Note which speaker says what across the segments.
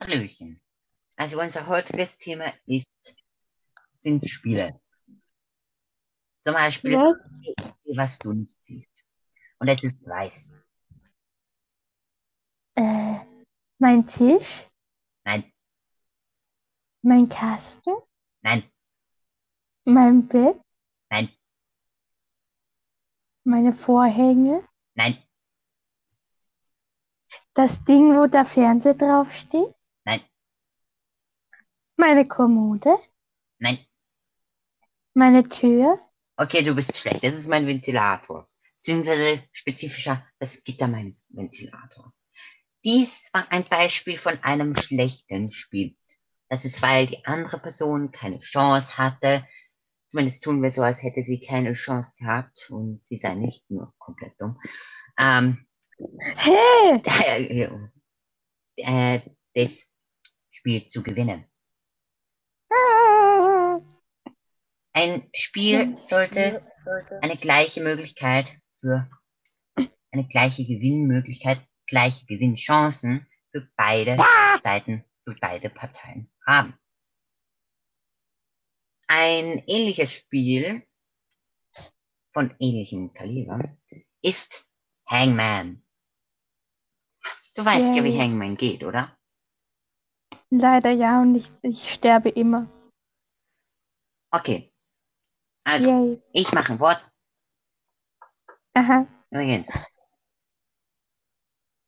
Speaker 1: Hallöchen. Also unser heutiges Thema ist, sind Spiele. Zum Beispiel,
Speaker 2: Was?
Speaker 1: ich sehe, was du nicht siehst. Und es ist weiß.
Speaker 2: Äh, mein Tisch?
Speaker 1: Nein,
Speaker 2: Mein Kasten?
Speaker 1: nein,
Speaker 2: Mein Bett?
Speaker 1: nein,
Speaker 2: Meine Vorhänge?
Speaker 1: nein,
Speaker 2: Das Ding, wo der Fernseher draufsteht?
Speaker 1: Nein.
Speaker 2: Meine Kommode?
Speaker 1: nein.
Speaker 2: Meine Tür?
Speaker 1: Okay, du bist schlecht. Das ist mein Ventilator. Beziehungsweise spezifischer das Gitter meines Ventilators. Dies war ein Beispiel von einem schlechten Spiel. Das ist, weil die andere Person keine Chance hatte. Zumindest tun wir so, als hätte sie keine Chance gehabt und sie sei nicht nur komplett dumm. Ähm,
Speaker 2: Hey!
Speaker 1: äh, äh, das Spiel zu gewinnen.
Speaker 2: Ah!
Speaker 1: Ein Spiel sollte eine gleiche Möglichkeit für eine gleiche Gewinnmöglichkeit, gleiche Gewinnchancen für beide Seiten, für beide Parteien haben. Ein ähnliches Spiel von ähnlichem Kaliber ist Hangman. Du weißt ja, wie
Speaker 2: Yay.
Speaker 1: Hangman geht, oder?
Speaker 2: Leider ja, und ich, ich sterbe immer.
Speaker 1: Okay. Also,
Speaker 2: Yay.
Speaker 1: ich mache ein Wort.
Speaker 2: Aha.
Speaker 1: Übrigens,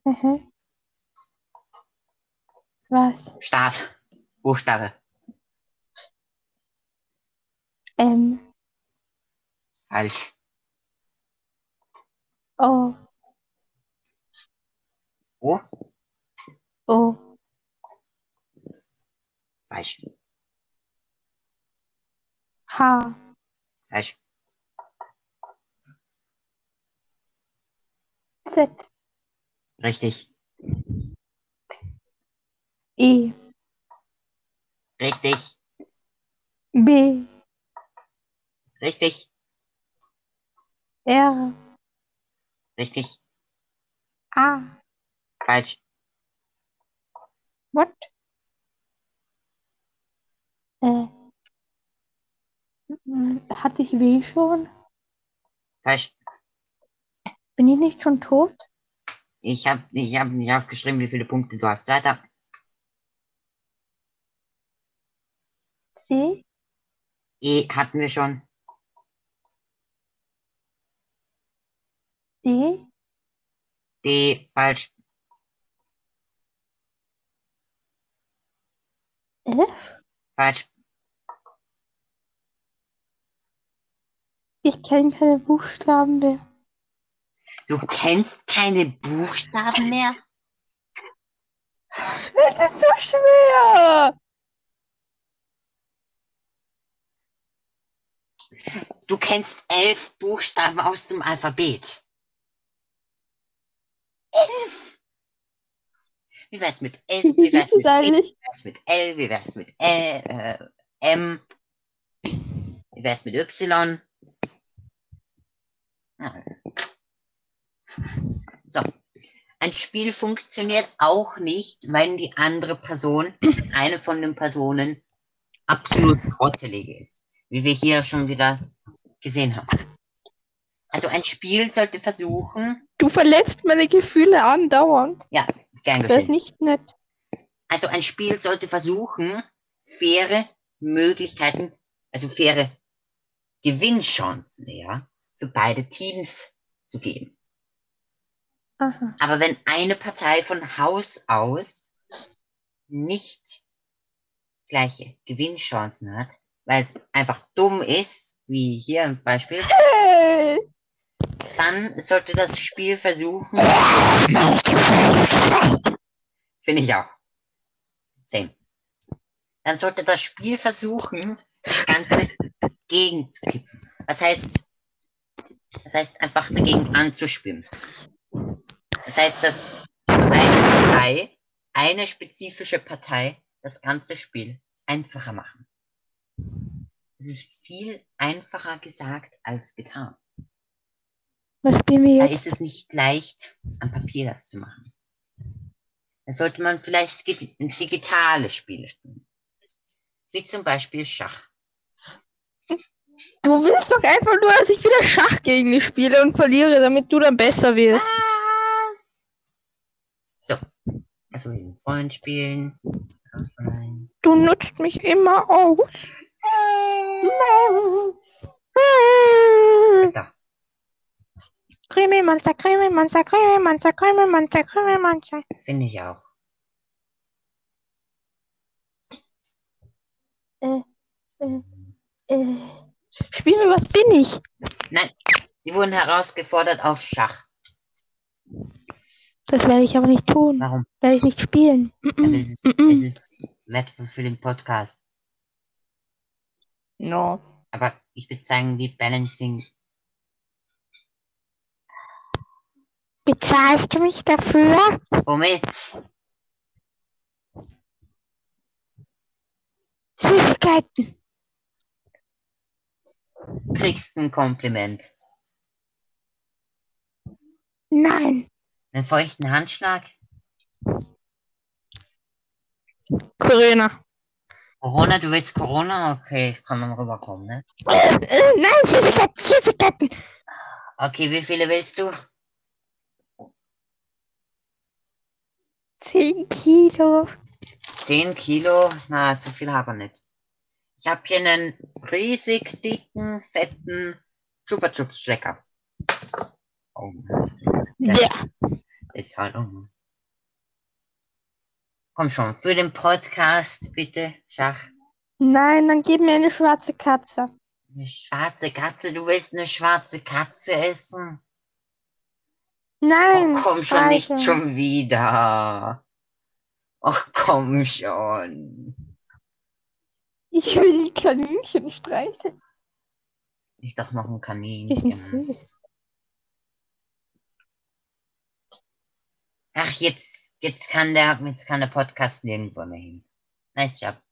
Speaker 2: Aha. Was?
Speaker 1: Start. Buchstabe.
Speaker 2: M.
Speaker 1: Falsch.
Speaker 2: O.
Speaker 1: O.
Speaker 2: O.
Speaker 1: Falsch.
Speaker 2: H.
Speaker 1: Falsch.
Speaker 2: Z.
Speaker 1: Richtig.
Speaker 2: E.
Speaker 1: Richtig.
Speaker 2: B.
Speaker 1: Richtig.
Speaker 2: R.
Speaker 1: Richtig.
Speaker 2: A.
Speaker 1: Falsch.
Speaker 2: What? Äh. m- Hatte ich weh schon?
Speaker 1: Falsch.
Speaker 2: Bin ich nicht schon tot?
Speaker 1: Ich habe ich hab nicht aufgeschrieben, wie viele Punkte du hast. Weiter.
Speaker 2: C.
Speaker 1: E hatten wir schon.
Speaker 2: D.
Speaker 1: D falsch.
Speaker 2: F.
Speaker 1: Falsch.
Speaker 2: Ich kenne keine Buchstaben mehr.
Speaker 1: Du kennst keine Buchstaben mehr?
Speaker 2: Es ist so schwer!
Speaker 1: Du kennst elf Buchstaben aus dem Alphabet. Elf! Wie wär's mit S?
Speaker 2: Wie
Speaker 1: Wie wär's
Speaker 2: ist es
Speaker 1: mit E?
Speaker 2: eigentlich?
Speaker 1: Wie wär's mit L? Wie wär's mit Ä, äh, M? Wie wär's mit Y? Ah. So. Ein Spiel funktioniert auch nicht, wenn die andere Person, eine von den Personen, absolut trottelig ist. Wie wir hier schon wieder gesehen haben. Also ein Spiel sollte versuchen,
Speaker 2: Du verletzt meine Gefühle andauernd.
Speaker 1: ja, gern
Speaker 2: Das ist
Speaker 1: geschehen.
Speaker 2: nicht nett.
Speaker 1: Also ein Spiel sollte versuchen, faire Möglichkeiten, also faire Gewinnchancen, ja, für beide Teams zu geben.
Speaker 2: Aha.
Speaker 1: Aber wenn eine Partei von Haus aus nicht gleiche Gewinnchancen hat, weil es einfach dumm ist, wie hier im Beispiel,
Speaker 2: Hey!
Speaker 1: dann sollte das Spiel versuchen,
Speaker 2: Meine Gefühle!
Speaker 1: Finde ich auch. Same. Dann sollte das Spiel versuchen, das Ganze gegenzukippen. Was heißt, das heißt einfach dagegen anzuspielen. Das heißt, dass eine Partei, eine spezifische Partei, das ganze Spiel einfacher machen. Es ist viel einfacher gesagt als getan.
Speaker 2: Was spielen wir
Speaker 1: Da
Speaker 2: jetzt?
Speaker 1: ist es nicht leicht, am Papier das zu machen. Dann sollte man vielleicht ge- digitale Spiele spielen. Wie zum Beispiel Schach.
Speaker 2: Du willst doch einfach nur, dass ich wieder Schach gegen dich spiele und verliere, damit du dann besser wirst.
Speaker 1: Was? So. Also mit einem Freund spielen. Online.
Speaker 2: Du nutzt mich immer aus.
Speaker 1: Da.
Speaker 2: Krimi-Monster, Krimi-Monster, Krimi-Monster, Krimi-Monster, Krimi-Monster.
Speaker 1: Finde ich auch.
Speaker 2: Äh, Spiel mir, was bin ich?
Speaker 1: Sie wurden herausgefordert auf Schach.
Speaker 2: Das werde ich aber nicht tun.
Speaker 1: Warum?
Speaker 2: Werde ich nicht spielen.
Speaker 1: Aber
Speaker 2: Mm-mm.
Speaker 1: es ist, es ist wertvoll für den Podcast.
Speaker 2: No.
Speaker 1: Aber ich würde sagen, die Balancing.
Speaker 2: Bezahlst du mich dafür?
Speaker 1: Womit?
Speaker 2: Süßigkeiten.
Speaker 1: Kriegst ein Kompliment.
Speaker 2: Nein.
Speaker 1: Einen feuchten Handschlag?
Speaker 2: Corinna.
Speaker 1: Corona, du willst Corona? Okay, ich kann dann rüberkommen, ne?
Speaker 2: Äh, äh, nein, Süßigkeiten, Süßigkeiten.
Speaker 1: Okay, wie viele willst du?
Speaker 2: 10 Kilo.
Speaker 1: 10 Kilo? Na, so viel habe ich nicht. Ich habe hier einen riesig dicken, fetten Chupa Chups Schlecker. Oh,
Speaker 2: Ja.
Speaker 1: ist halt um. Komm schon, für den Podcast bitte, Schach.
Speaker 2: Nein, dann gib mir eine schwarze Katze.
Speaker 1: Eine schwarze Katze, du willst eine schwarze Katze essen?
Speaker 2: Nein.
Speaker 1: Oh, komm schon nicht
Speaker 2: Speichel.
Speaker 1: schon wieder. Ach, komm schon.
Speaker 2: Ich will die Kaninchen streicheln.
Speaker 1: Ich doch noch ein
Speaker 2: Die sind
Speaker 1: Kaninchen.
Speaker 2: süß.
Speaker 1: Ach, jetzt, jetzt kann der, jetzt kann der Podcast nirgendwo mehr hin. Nice job.